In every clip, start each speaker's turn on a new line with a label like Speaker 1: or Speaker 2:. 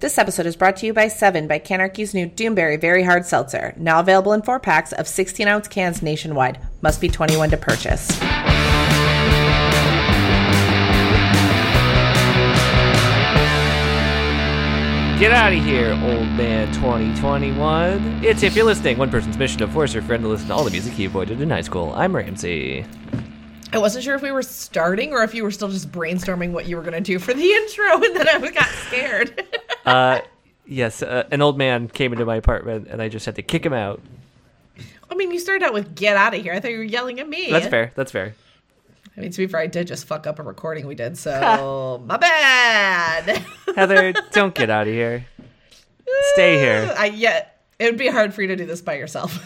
Speaker 1: This episode is brought to you by Seven by Canarchy's new Doomberry Very Hard Seltzer, now available in four packs of 16 ounce cans nationwide. Must be 21 to purchase.
Speaker 2: Get out of here, old man 2021. It's if you're listening, one person's mission to force your friend to listen to all the music he avoided in high school. I'm Ramsey.
Speaker 1: I wasn't sure if we were starting or if you were still just brainstorming what you were going to do for the intro, and then I got scared.
Speaker 2: Uh, yes, uh, an old man came into my apartment and I just had to kick him out.
Speaker 1: I mean, you started out with get out of here. I thought you were yelling at me.
Speaker 2: That's fair. That's fair.
Speaker 1: I mean, to be fair, I did just fuck up a recording we did, so my bad.
Speaker 2: Heather, don't get out of here. Stay here.
Speaker 1: I yeah, it would be hard for you to do this by yourself.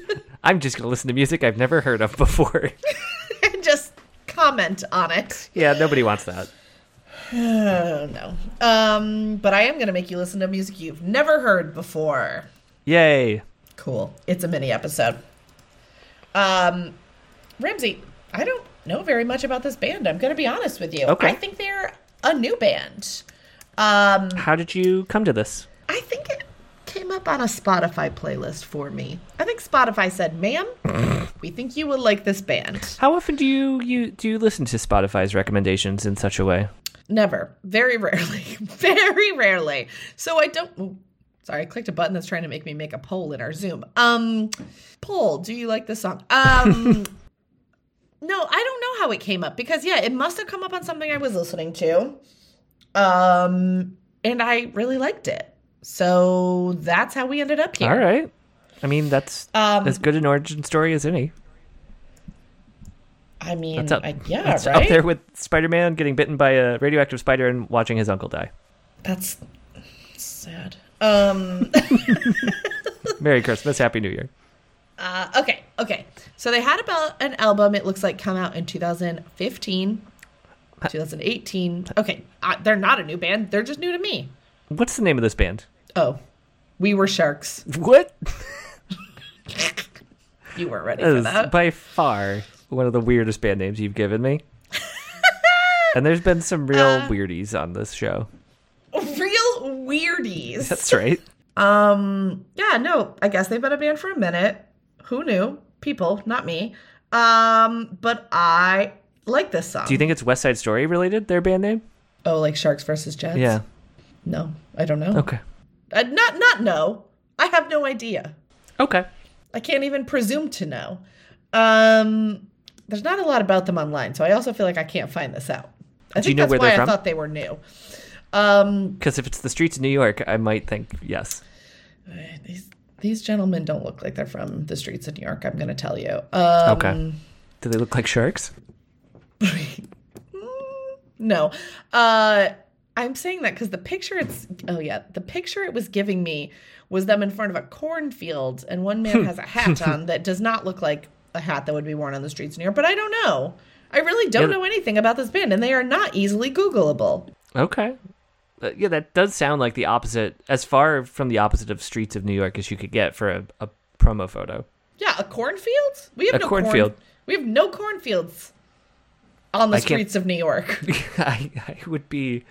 Speaker 2: I'm just going to listen to music I've never heard of before.
Speaker 1: just comment on it.
Speaker 2: yeah, nobody wants that.
Speaker 1: Oh no. Um, but I am gonna make you listen to music you've never heard before.
Speaker 2: Yay.
Speaker 1: Cool. It's a mini episode. Um, Ramsey, I don't know very much about this band. I'm gonna be honest with you.
Speaker 2: Okay.
Speaker 1: I think they're a new band. Um,
Speaker 2: How did you come to this?
Speaker 1: I think it came up on a Spotify playlist for me. I think Spotify said, "Ma'am, we think you will like this band."
Speaker 2: How often do you, you do you listen to Spotify's recommendations in such a way?
Speaker 1: Never. Very rarely. Very rarely. So I don't. ooh, sorry, I clicked a button that's trying to make me make a poll in our Zoom. Um, poll. Do you like this song? Um, no, I don't know how it came up because yeah, it must have come up on something I was listening to, um, and I really liked it. So that's how we ended up here.
Speaker 2: All right. I mean, that's
Speaker 1: Um,
Speaker 2: as good an origin story as any.
Speaker 1: I mean,
Speaker 2: That's up,
Speaker 1: I, yeah,
Speaker 2: that's
Speaker 1: right.
Speaker 2: up there with Spider Man getting bitten by a radioactive spider and watching his uncle die.
Speaker 1: That's sad. Um.
Speaker 2: Merry Christmas. Happy New Year.
Speaker 1: Uh, okay, okay. So they had about an album. It looks like come out in 2015, 2018. Okay, I, they're not a new band. They're just new to me.
Speaker 2: What's the name of this band?
Speaker 1: Oh, we were sharks.
Speaker 2: What?
Speaker 1: You weren't ready for
Speaker 2: That
Speaker 1: that.
Speaker 2: is by far one of the weirdest band names you've given me. and there's been some real
Speaker 1: Uh,
Speaker 2: weirdies on this show.
Speaker 1: Real weirdies.
Speaker 2: That's right.
Speaker 1: Um. Yeah. No. I guess they've been a band for a minute. Who knew? People, not me. Um. But I like this song.
Speaker 2: Do you think it's West Side Story related, their band name?
Speaker 1: Oh, like sharks versus jets.
Speaker 2: Yeah.
Speaker 1: No, I don't know.
Speaker 2: Okay.
Speaker 1: Uh, not not no. I have no idea.
Speaker 2: Okay.
Speaker 1: I can't even presume to know. Um, there's not a lot about them online, so I also feel like I can't find this out. I think
Speaker 2: you know
Speaker 1: that's
Speaker 2: where
Speaker 1: why
Speaker 2: they're
Speaker 1: I
Speaker 2: from?
Speaker 1: thought they were new. Um,
Speaker 2: Because if it's the streets of New York, I might think yes.
Speaker 1: these these gentlemen don't look like they're from the streets of New York. I'm going to tell you. Um,
Speaker 2: Okay. Do they look like sharks?
Speaker 1: No, uh, I'm saying that because the picture it's oh yeah the picture it was giving me was them in front of a cornfield and one
Speaker 2: Hmm.
Speaker 1: man has a hat on that does not look like a hat that would be worn on the streets near. But I don't know. I really don't
Speaker 2: Yeah.
Speaker 1: know anything about this band, and they are not easily Googleable.
Speaker 2: Okay. Uh, yeah, that does sound like the opposite, as far from the opposite of streets of New York as you could get for a, a promo photo.
Speaker 1: Yeah, a cornfield. We have
Speaker 2: A
Speaker 1: no
Speaker 2: cornfield.
Speaker 1: Corn, we have no cornfields on the
Speaker 2: I can't-
Speaker 1: streets of New York.
Speaker 2: I, I would be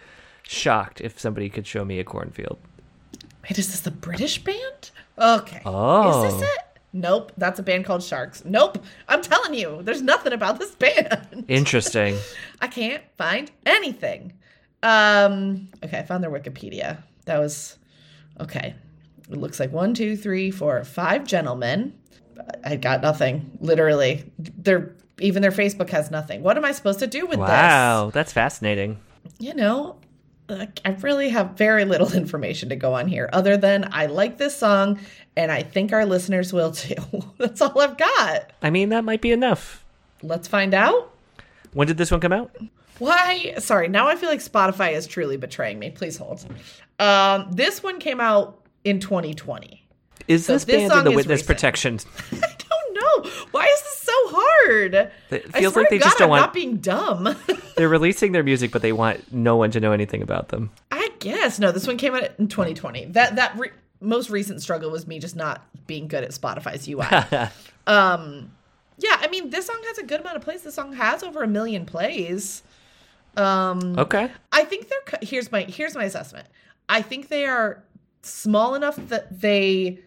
Speaker 2: shocked if somebody could show me a cornfield.
Speaker 1: Wait, is this a British band? Okay.
Speaker 2: Oh.
Speaker 1: Is this it? Nope. That's a band called Sharks. Nope. I'm telling you, there's nothing about this band.
Speaker 2: Interesting.
Speaker 1: I can't find anything. Um. Okay, I found their Wikipedia. That was okay. It looks like one, two, three, four, five gentlemen. I I got nothing. Literally, their even their Facebook has nothing. What am I supposed to do with this?
Speaker 2: wow, that's fascinating.
Speaker 1: you know, like, I really have very little information to go on here other than I like this song and I think our listeners will too. That's all I've got.
Speaker 2: I mean, that might be enough.
Speaker 1: Let's find out.
Speaker 2: When did this one come out?
Speaker 1: Why? Sorry, now I feel like Spotify is truly betraying me. Please hold. Um, this one came out in 2020.
Speaker 2: Is
Speaker 1: So
Speaker 2: this,
Speaker 1: this
Speaker 2: band in
Speaker 1: song
Speaker 2: the
Speaker 1: is
Speaker 2: witness
Speaker 1: recent.
Speaker 2: protection?
Speaker 1: I don't know. Oh, Why is this so hard?
Speaker 2: It
Speaker 1: I
Speaker 2: feels
Speaker 1: swear
Speaker 2: like
Speaker 1: to
Speaker 2: they just
Speaker 1: God,
Speaker 2: don't
Speaker 1: I'm
Speaker 2: want-
Speaker 1: not being dumb.
Speaker 2: They're releasing their music, but they want no one to know anything about them.
Speaker 1: I guess no. This one came out in 2020. That that re- most recent struggle was me just not being good at Spotify's Um, UI. um, yeah, I mean, this song has a good amount of plays. This song has over a million plays. Um,
Speaker 2: Okay.
Speaker 1: I think they're co- here's my here's my assessment. I think they are small enough that they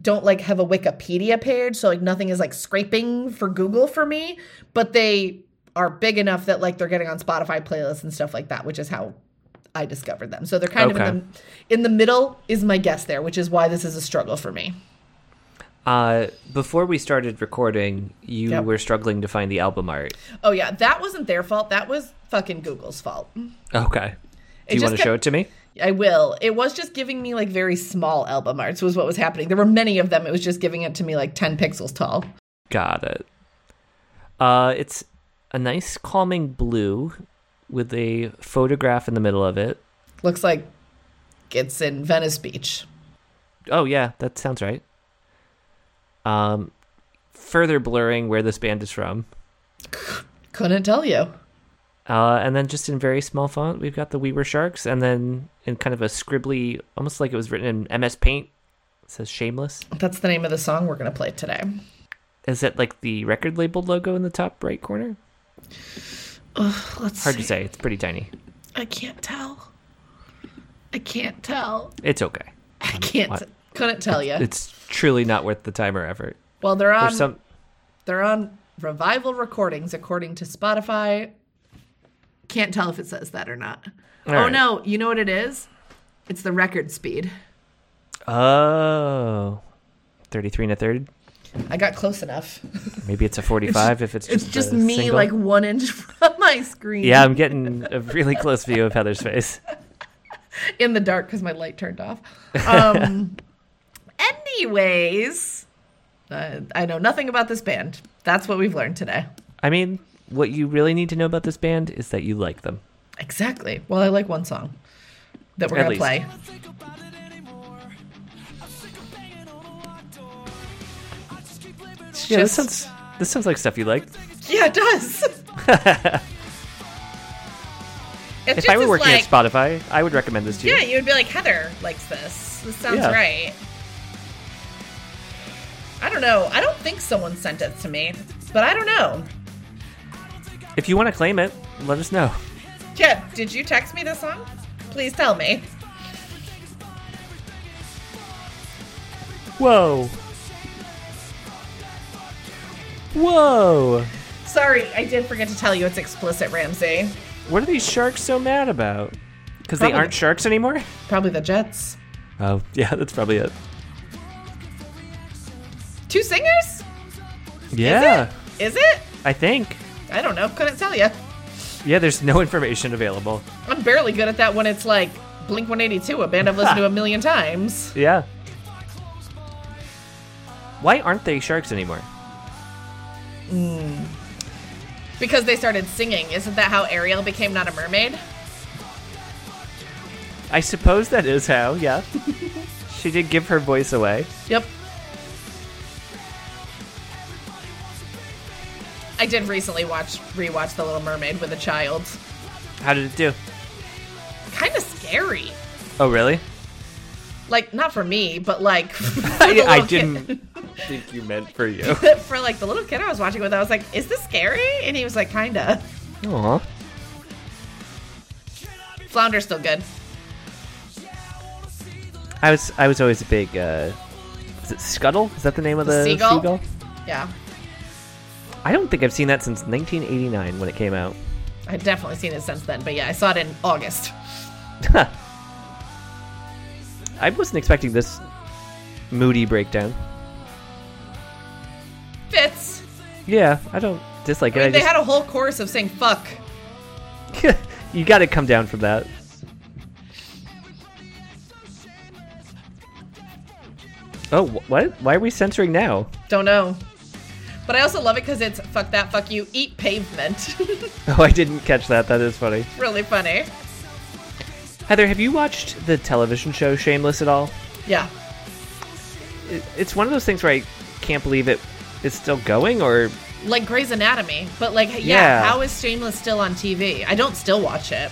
Speaker 1: don't like have a Wikipedia page, so like nothing is like scraping for Google for me, but they are big enough that like they're getting on Spotify playlists and stuff like that, which is how I discovered them. So they're kind of
Speaker 2: Okay.
Speaker 1: in the, in the middle is my guess there, which is why this is a struggle for me.
Speaker 2: Uh, before we started recording, you
Speaker 1: Yep.
Speaker 2: were struggling to find the album art.
Speaker 1: Oh yeah, that wasn't their fault. That was fucking Google's fault.
Speaker 2: Okay.
Speaker 1: It
Speaker 2: Do you
Speaker 1: just
Speaker 2: want to
Speaker 1: kept-
Speaker 2: show it to me?
Speaker 1: I will. It was just giving me like very small album arts was what was happening. There were many of them. It was just giving it to me like 10 pixels tall.
Speaker 2: Got it. Uh, it's a nice calming blue with a photograph in the middle of it.
Speaker 1: Looks like it's in Venice Beach.
Speaker 2: Oh yeah, that sounds right. Um, further blurring where this band is from,
Speaker 1: Couldn't tell you.
Speaker 2: uh, and then just in very small font, we've got the We Were Sharks, and then in kind of a scribbly, almost like it was written in MS Paint. It says Shameless.
Speaker 1: That's the name of the song we're going to play today.
Speaker 2: Is that like the record label logo in the top right corner?
Speaker 1: Let's
Speaker 2: Hard
Speaker 1: see.
Speaker 2: to say. It's pretty tiny.
Speaker 1: I can't tell. I can't tell.
Speaker 2: It's okay.
Speaker 1: I can't.
Speaker 2: What?
Speaker 1: Couldn't tell you.
Speaker 2: It's truly not worth the time or effort.
Speaker 1: Well, they're on
Speaker 2: There's some.
Speaker 1: they're on Revival Recordings according to Spotify. Can't tell if it says that or not.
Speaker 2: All
Speaker 1: oh
Speaker 2: right.
Speaker 1: no, you know what it is? It's the record speed.
Speaker 2: Oh. 33 and a third.
Speaker 1: I got close enough.
Speaker 2: Maybe it's a 45 if it's just
Speaker 1: It's just
Speaker 2: a
Speaker 1: me,
Speaker 2: single.
Speaker 1: like one inch from my screen.
Speaker 2: Yeah, I'm getting a really close view of Heather's face.
Speaker 1: In the dark because my light turned off. Um, anyways, uh, I know nothing about this band. That's what we've learned today.
Speaker 2: I mean, what you really need to know about this band is that you like them.
Speaker 1: Exactly. Well, I like one song that we're
Speaker 2: At
Speaker 1: going to
Speaker 2: least.
Speaker 1: play.
Speaker 2: Yeah,
Speaker 1: Just-
Speaker 2: this sounds this sounds like stuff you like.
Speaker 1: Yeah, it does. It's
Speaker 2: If
Speaker 1: just
Speaker 2: I were
Speaker 1: as,
Speaker 2: working
Speaker 1: like,
Speaker 2: at Spotify, I would recommend this to you.
Speaker 1: Yeah, you would be like, Heather likes this. This sounds
Speaker 2: Yeah.
Speaker 1: right. I don't know. I don't think someone sent it to me, but I don't know.
Speaker 2: If you want to claim it, let us know.
Speaker 1: Yeah, did you text me this song? Please tell me.
Speaker 2: Whoa. Whoa.
Speaker 1: Sorry, I did forget to tell you it's explicit, Ramsey.
Speaker 2: What are these sharks so mad about? Because they
Speaker 1: Probably-
Speaker 2: aren't sharks anymore?
Speaker 1: Probably the Jets.
Speaker 2: Oh, yeah, that's probably it.
Speaker 1: Two singers?
Speaker 2: Yeah,
Speaker 1: Is it?
Speaker 2: I think.
Speaker 1: I don't know. Couldn't tell you.
Speaker 2: Yeah, there's no information available.
Speaker 1: I'm barely good at that when it's like Blink 182, a band I've listened to a million times.
Speaker 2: Yeah. Why aren't they sharks anymore?
Speaker 1: Because they started singing. Isn't that how Ariel became not a mermaid?
Speaker 2: I suppose that is how, yeah. she did give her voice away.
Speaker 1: Yep. I did recently watch rewatch The Little Mermaid with a child.
Speaker 2: How did it do?
Speaker 1: Kind of scary.
Speaker 2: Oh, really?
Speaker 1: Like not for me, but like for the
Speaker 2: I, I
Speaker 1: little
Speaker 2: didn't think you meant for you.
Speaker 1: kid- for like the little kid I was watching with, I was like, "Is this scary?" And he was like, "Kinda."
Speaker 2: Aw.
Speaker 1: Flounder's still good.
Speaker 2: I was I was always a big uh is it Scuttle? Is that the name of the
Speaker 1: Seagull?
Speaker 2: seagull?
Speaker 1: Yeah,
Speaker 2: I don't think I've seen that since 1989 when it came out.
Speaker 1: I've definitely seen it since then. But yeah, I saw it in August.
Speaker 2: I wasn't expecting this moody breakdown.
Speaker 1: Fits.
Speaker 2: Yeah, I don't
Speaker 1: I
Speaker 2: dislike
Speaker 1: mean,
Speaker 2: it. I
Speaker 1: they
Speaker 2: just
Speaker 1: had a whole chorus of saying "fuck."
Speaker 2: you got to come down from that. Oh, wh- what? Why are we censoring now?
Speaker 1: Don't know. But I also love it because it's "fuck that, fuck you, eat pavement."
Speaker 2: Oh, I didn't catch that. That is funny.
Speaker 1: really funny.
Speaker 2: Heather, have you watched the television show Shameless at all?
Speaker 1: Yeah.
Speaker 2: It- It's one of those things where I can't believe it is still going, or
Speaker 1: Like Grey's Anatomy, but like, yeah,
Speaker 2: Yeah.
Speaker 1: how is Shameless still on TV? I don't still watch it.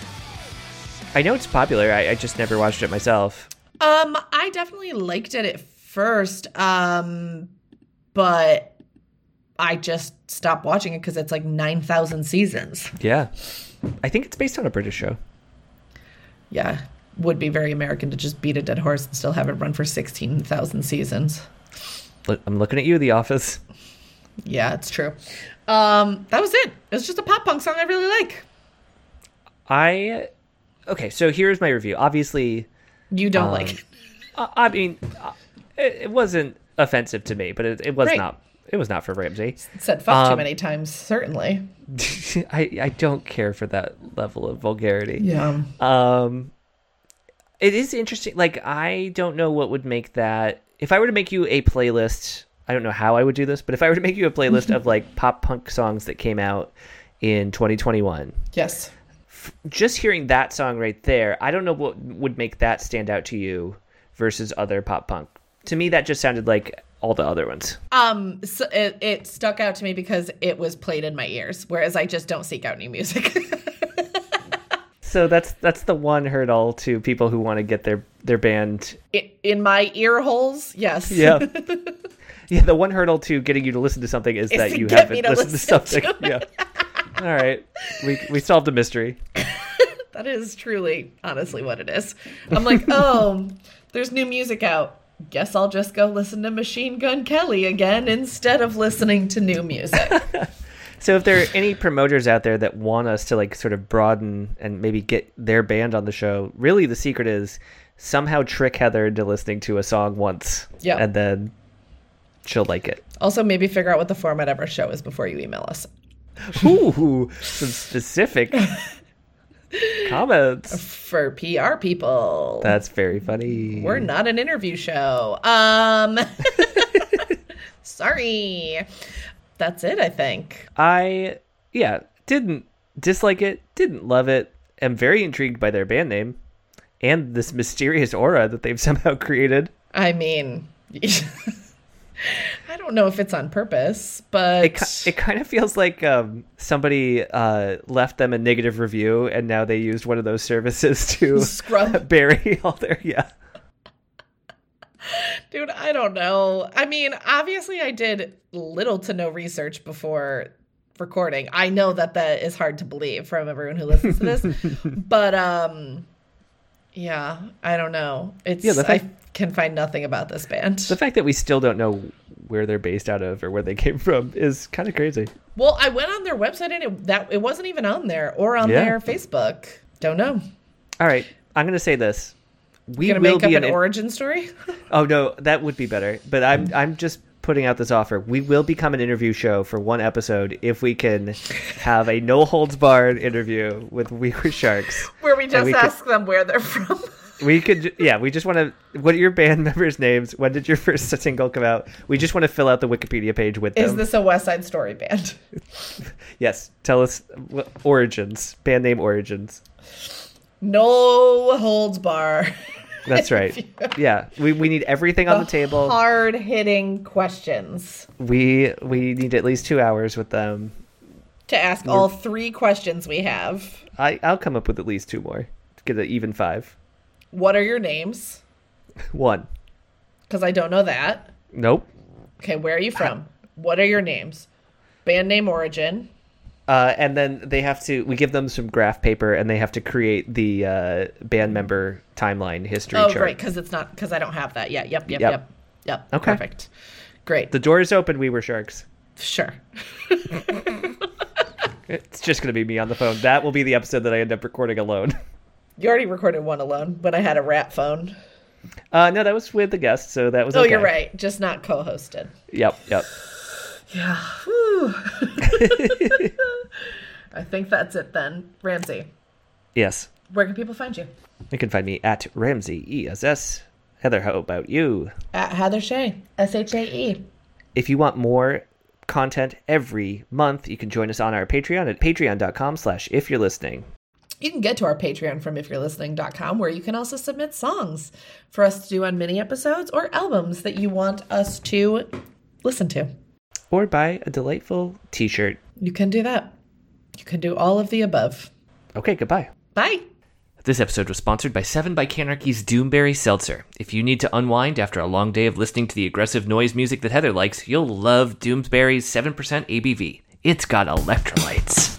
Speaker 2: I know it's popular. I, I just never watched it myself.
Speaker 1: Um, I definitely liked it at first, um, but I just stopped watching it because it's like nine thousand seasons.
Speaker 2: Yeah. I think it's based on a British show.
Speaker 1: Yeah, would be very American to just beat a dead horse and still have it run for 16,000 seasons.
Speaker 2: Look, I'm looking at you, The Office.
Speaker 1: Yeah, it's true. Um, that was it. It was just a pop punk song I really like.
Speaker 2: I okay. So here's my review. Obviously,
Speaker 1: You don't
Speaker 2: Um,
Speaker 1: like it.
Speaker 2: I, I mean, I- it, it wasn't offensive to me, but it, it was
Speaker 1: Right.
Speaker 2: not. It was not for Ramsey.
Speaker 1: Said fuck too
Speaker 2: um,
Speaker 1: many times, certainly.
Speaker 2: I I don't care for that level of vulgarity.
Speaker 1: Yeah.
Speaker 2: Um, it is interesting. Like, I don't know what would make that. If I were to make you a playlist, I don't know how I would do this, but if I were to make you a playlist of like pop punk songs that came out in 2021,
Speaker 1: Yes.
Speaker 2: just hearing that song right there, I don't know what would make that stand out to you versus other pop punk. To me, that just sounded like all the other ones.
Speaker 1: Um, so it, it stuck out to me because it was played in my ears, whereas I just don't seek out new music.
Speaker 2: So that's that's the one hurdle to people who want to get their their band
Speaker 1: in, in my ear holes, yes.
Speaker 2: Yeah. yeah, the one hurdle to getting you to listen to something is,
Speaker 1: Is
Speaker 2: that
Speaker 1: to
Speaker 2: you
Speaker 1: get
Speaker 2: haven't
Speaker 1: me to
Speaker 2: listened to
Speaker 1: listen
Speaker 2: something. yeah. All right. We we solved a mystery.
Speaker 1: That is truly, honestly, what it is. I'm like, oh, there's new music out. Guess I'll just go listen to Machine Gun Kelly again instead of listening to new music.
Speaker 2: So if there are any promoters out there that want us to like sort of broaden and maybe get their band on the show, really the secret is somehow trick Heather into listening to a song once.
Speaker 1: Yeah.
Speaker 2: And then she'll like it.
Speaker 1: also, maybe figure out what the format of our show is before you email us.
Speaker 2: Ooh, some specific comments.
Speaker 1: For PR people,
Speaker 2: That's very funny.
Speaker 1: we're not an interview show. Um, sorry. That's it, I think.
Speaker 2: I yeah, didn't dislike it, didn't love it. Am very intrigued by their band name and this mysterious aura that they've somehow created.
Speaker 1: I mean, I don't know if it's on purpose, but
Speaker 2: It, ki- it kind of feels like um, somebody uh, left them a negative review and now they used one of those services to
Speaker 1: scrub
Speaker 2: bury all their yeah.
Speaker 1: Dude, I don't know. I mean, obviously, I did little to no research before recording. I know that that is hard to believe from everyone who listens to this, but um, yeah, I don't know. It's
Speaker 2: Yeah, the fact-
Speaker 1: I can find nothing about this band.
Speaker 2: The fact that we still don't know where they're based out of or where they came from is kind of crazy.
Speaker 1: well, I went on their website and it that it wasn't even on there or on
Speaker 2: Yeah.
Speaker 1: their Facebook. Don't know.
Speaker 2: All right, I'm gonna say this. We
Speaker 1: Gonna
Speaker 2: will
Speaker 1: make up
Speaker 2: be
Speaker 1: an
Speaker 2: an
Speaker 1: origin story.
Speaker 2: Oh no, that would be better. But
Speaker 1: Mm.
Speaker 2: I'm I'm just putting out this offer. We will become an interview show for one episode if we can have a no holds barred interview with We Were Sharks.
Speaker 1: Where we just
Speaker 2: we could-
Speaker 1: ask them where they're from.
Speaker 2: We could ju- yeah, we just want to what are your band members' names? When did your first single come out? We just want to fill out the Wikipedia page with
Speaker 1: Is
Speaker 2: them.
Speaker 1: this a West Side Story band?
Speaker 2: yes, tell us what, origins, band name origins.
Speaker 1: No holds bar.
Speaker 2: That's right. Yeah, we, we need everything on the table.
Speaker 1: Hard hitting questions
Speaker 2: We we need at least 2 hours with them.
Speaker 1: to ask all three questions we have.
Speaker 2: I I'll come up with at least two more to get an even 5.
Speaker 1: What are your names?
Speaker 2: One.
Speaker 1: Because I don't know that.
Speaker 2: Nope.
Speaker 1: Okay, where are you from? What are your names? Band name origin.
Speaker 2: Uh, and then they have to. We give them some graph paper, and they have to create the uh, band member timeline history
Speaker 1: Oh,
Speaker 2: chart.
Speaker 1: great, because it's not because I don't have that yet. Yep, yep,
Speaker 2: Yep.
Speaker 1: yep, yep.
Speaker 2: Okay.
Speaker 1: perfect. Great.
Speaker 2: The door is open. We were sharks.
Speaker 1: sure.
Speaker 2: It's just going to be me on the phone. That will be the episode that I end up recording alone.
Speaker 1: You already recorded one alone when I had a rat phone.
Speaker 2: Uh, no, that was with the guest, so that was.
Speaker 1: Oh,
Speaker 2: okay.
Speaker 1: you're right. Just not co-hosted.
Speaker 2: Yep, yep.
Speaker 1: Yeah. I think that's it then, Ramsey.
Speaker 2: Yes,
Speaker 1: Where can people find you?
Speaker 2: you can find me at Ramsey ESS. Heather, how about you?
Speaker 1: At Heather Shea, S H A E.
Speaker 2: If you want more content every month, you can join us on our Patreon at patreon.com slash if you're listening.
Speaker 1: You can get to our Patreon from ifyou'relistening.com, where you can also submit songs for us to do on mini episodes or albums that you want us to listen to.
Speaker 2: Or buy a delightful t-shirt.
Speaker 1: You can do that. You can do all of the above.
Speaker 2: Okay, goodbye.
Speaker 1: Bye.
Speaker 2: This episode was sponsored by 7 by Canarchy's Doomberry Seltzer. If you need to unwind after a long day of listening to the aggressive noise music that Heather likes, you'll love Doomberry's 7% ABV. It's got electrolytes.